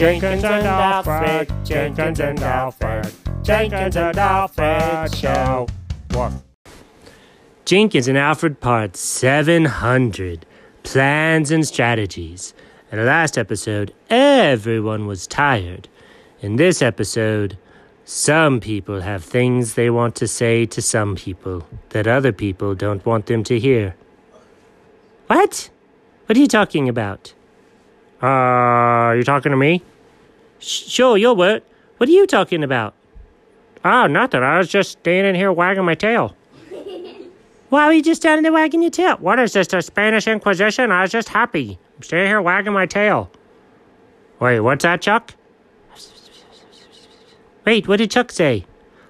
Jenkins and Alfred, Jenkins and Alfred, Jenkins and Alfred show. What? Jenkins and Alfred Part 700 Plans and Strategies. In the last episode, everyone was tired. In this episode, some people have things they want to say to some people that other people don't want them to hear. What? What are you talking about? Uh, are you talking to me? Sh- sure, your word. What are you talking about? Oh, nothing. I was just standing here wagging my tail. Why were you just standing there wagging your tail? What is this, the Spanish Inquisition? I was just happy. I'm standing here wagging my tail. Wait, what's that, Chuck? Wait, what did Chuck say?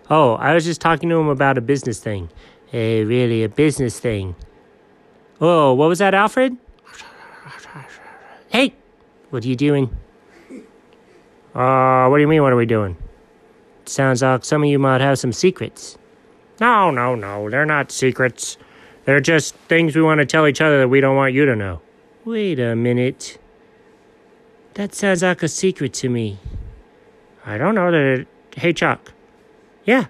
Oh, I was just talking to him about a business thing. Eh, really, a business thing. Oh, what was that, Alfred? Hey, what are you doing? Uh, what do you mean, what are we doing? Sounds like some of you might have some secrets. No, no, no. They're not secrets. They're just things we want to tell each other that we don't want you to know. Wait a minute. That sounds like a secret to me. I don't know that it. Hey, Chuck. Yeah.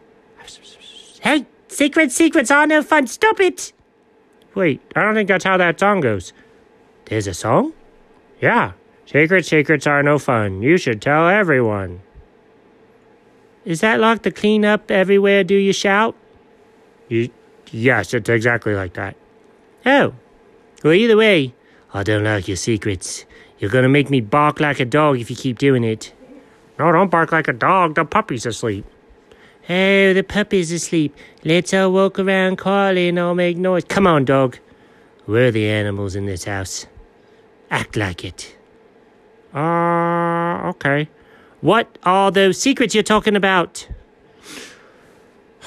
Hey, secret, secrets are no fun. Stop it. Wait, I don't think that's how that song goes. There's a song? Yeah. Secret, secrets are no fun. You should tell everyone. Is that like the clean up everywhere, do you shout? You, yes, it's exactly like that. Oh. Well, either way, I don't like your secrets. You're gonna make me bark like a dog if you keep doing it. No, don't bark like a dog. The puppy's asleep. Oh, the puppy's asleep. Let's all walk around quietly and all make noise. Come on, dog. We're the animals in this house. Act like it. Uh, okay. What are those secrets you're talking about?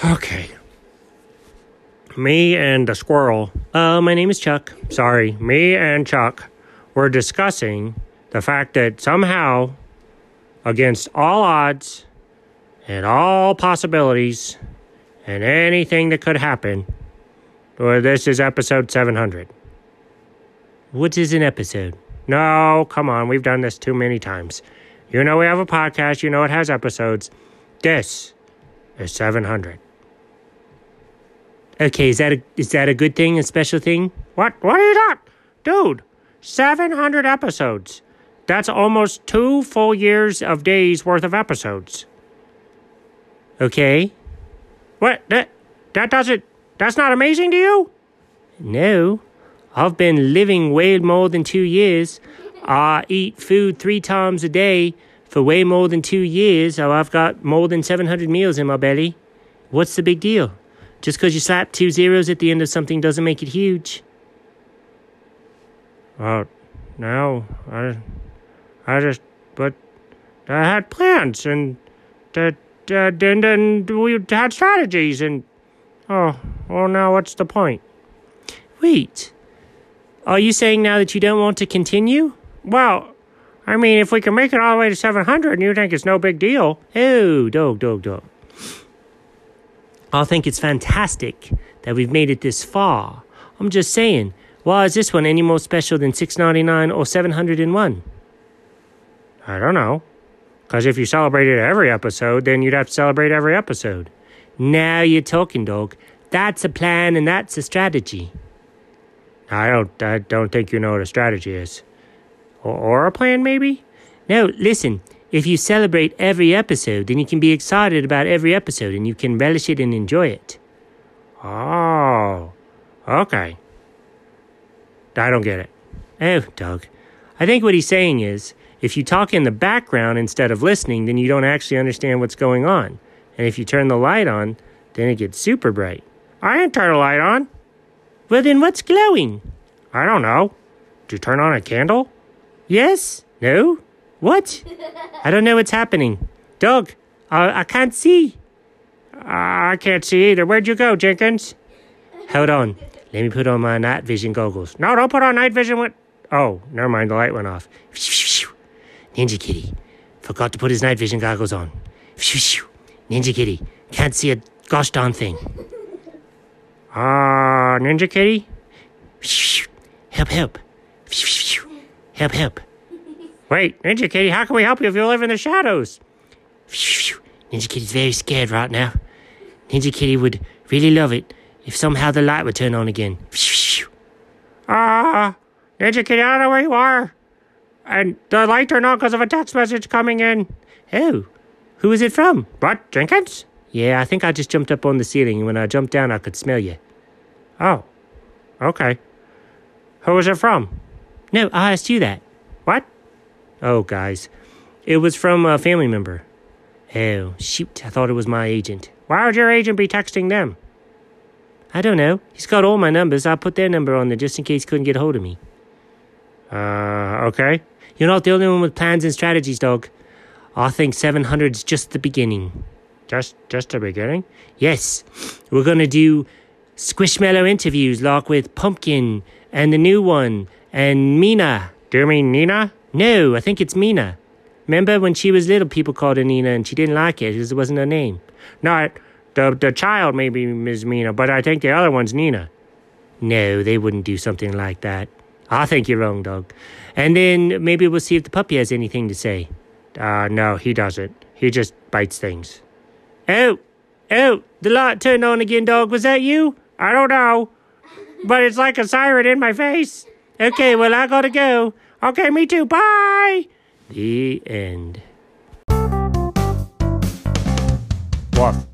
Okay. Me and the squirrel. Uh, my name is Chuck. Sorry. Me and Chuck were discussing the fact that somehow, against all odds and all possibilities and anything that could happen, well, this is episode 700. What is an episode? No, come on. We've done this too many times. You know we have a podcast, you know it has episodes. This is 700. Okay, is that a, is that a good thing, a special thing? What what is that? Dude, 700 episodes. That's almost 2 full years of days worth of episodes. Okay. What that that doesn't that's not amazing to you? No. I've been living way more than two years. I eat food three times a day for way more than two years, so I've got more than 700 meals in my belly. What's the big deal? Just because you slap two zeros at the end of something doesn't make it huge. Oh, no. I, I just, but I had plans and that, that, and then we had strategies and, oh, well, now what's the point? Wait. Are you saying now that you don't want to continue? Well, I mean, if we can make it all the way to 700 and you think it's no big deal. Oh, dog, dog, dog. I think it's fantastic that we've made it this far. I'm just saying, why is this one any more special than 699 or 701? I don't know. Because if you celebrated every episode, then you'd have to celebrate every episode. Now you're talking, dog. That's a plan and that's a strategy. I don't. I don't think you know what a strategy is, or, or a plan, maybe. No, listen. If you celebrate every episode, then you can be excited about every episode, and you can relish it and enjoy it. Oh, okay. I don't get it. Oh, Doug. I think what he's saying is, if you talk in the background instead of listening, then you don't actually understand what's going on. And if you turn the light on, then it gets super bright. I didn't turn the light on. Well, then what's glowing? I don't know. Did you turn on a candle? Yes? No? What? I don't know what's happening. Doug, I, I can't see. I I can't see either. Where'd you go, Jenkins? Hold on. Let me put on my night vision goggles. No, don't put on night vision. What? Oh, never mind. The light went off. Ninja Kitty forgot to put his night vision goggles on. Ninja Kitty can't see a gosh darn thing. Ah, Ninja Kitty? Help, help. Help, help. Wait, Ninja Kitty, how can we help you if you live in the shadows? Phew, Ninja Kitty's very scared right now. Ninja Kitty would really love it if somehow the light would turn on again. Phew. Ah, Ninja Kitty, I don't know where you are. And the light turned on because of a text message coming in. Oh, who is it from? What, Jenkins? Yeah, I think I just jumped up on the ceiling, and when I jumped down, I could smell you. Oh, okay. Who was it from? No, I asked you that. What? Oh, guys. It was from a family member. Oh, shoot. I thought it was my agent. Why would your agent be texting them? I don't know. He's got all my numbers. I put their number on there just in case he couldn't get hold of me. Uh, okay. You're not the only one with plans and strategies, dog. I think 700's just the beginning. Just just the beginning? Yes. We're going to do Squishmallow interviews, like with Pumpkin and the new one and Mina. Do you mean Nina? No, I think it's Mina. Remember when she was little, people called her Nina and she didn't like it because it wasn't her name. No, the, the child maybe is Mina, but I think the other one's Nina. No, they wouldn't do something like that. I think you're wrong, dog. And then maybe we'll see if the puppy has anything to say. Uh, no, he doesn't. He just bites things. Oh, oh, the light turned on again, dog. Was that you? I don't know, but it's like a siren in my face. Okay, well, I gotta go. Okay, me too. Bye. The end. Woof.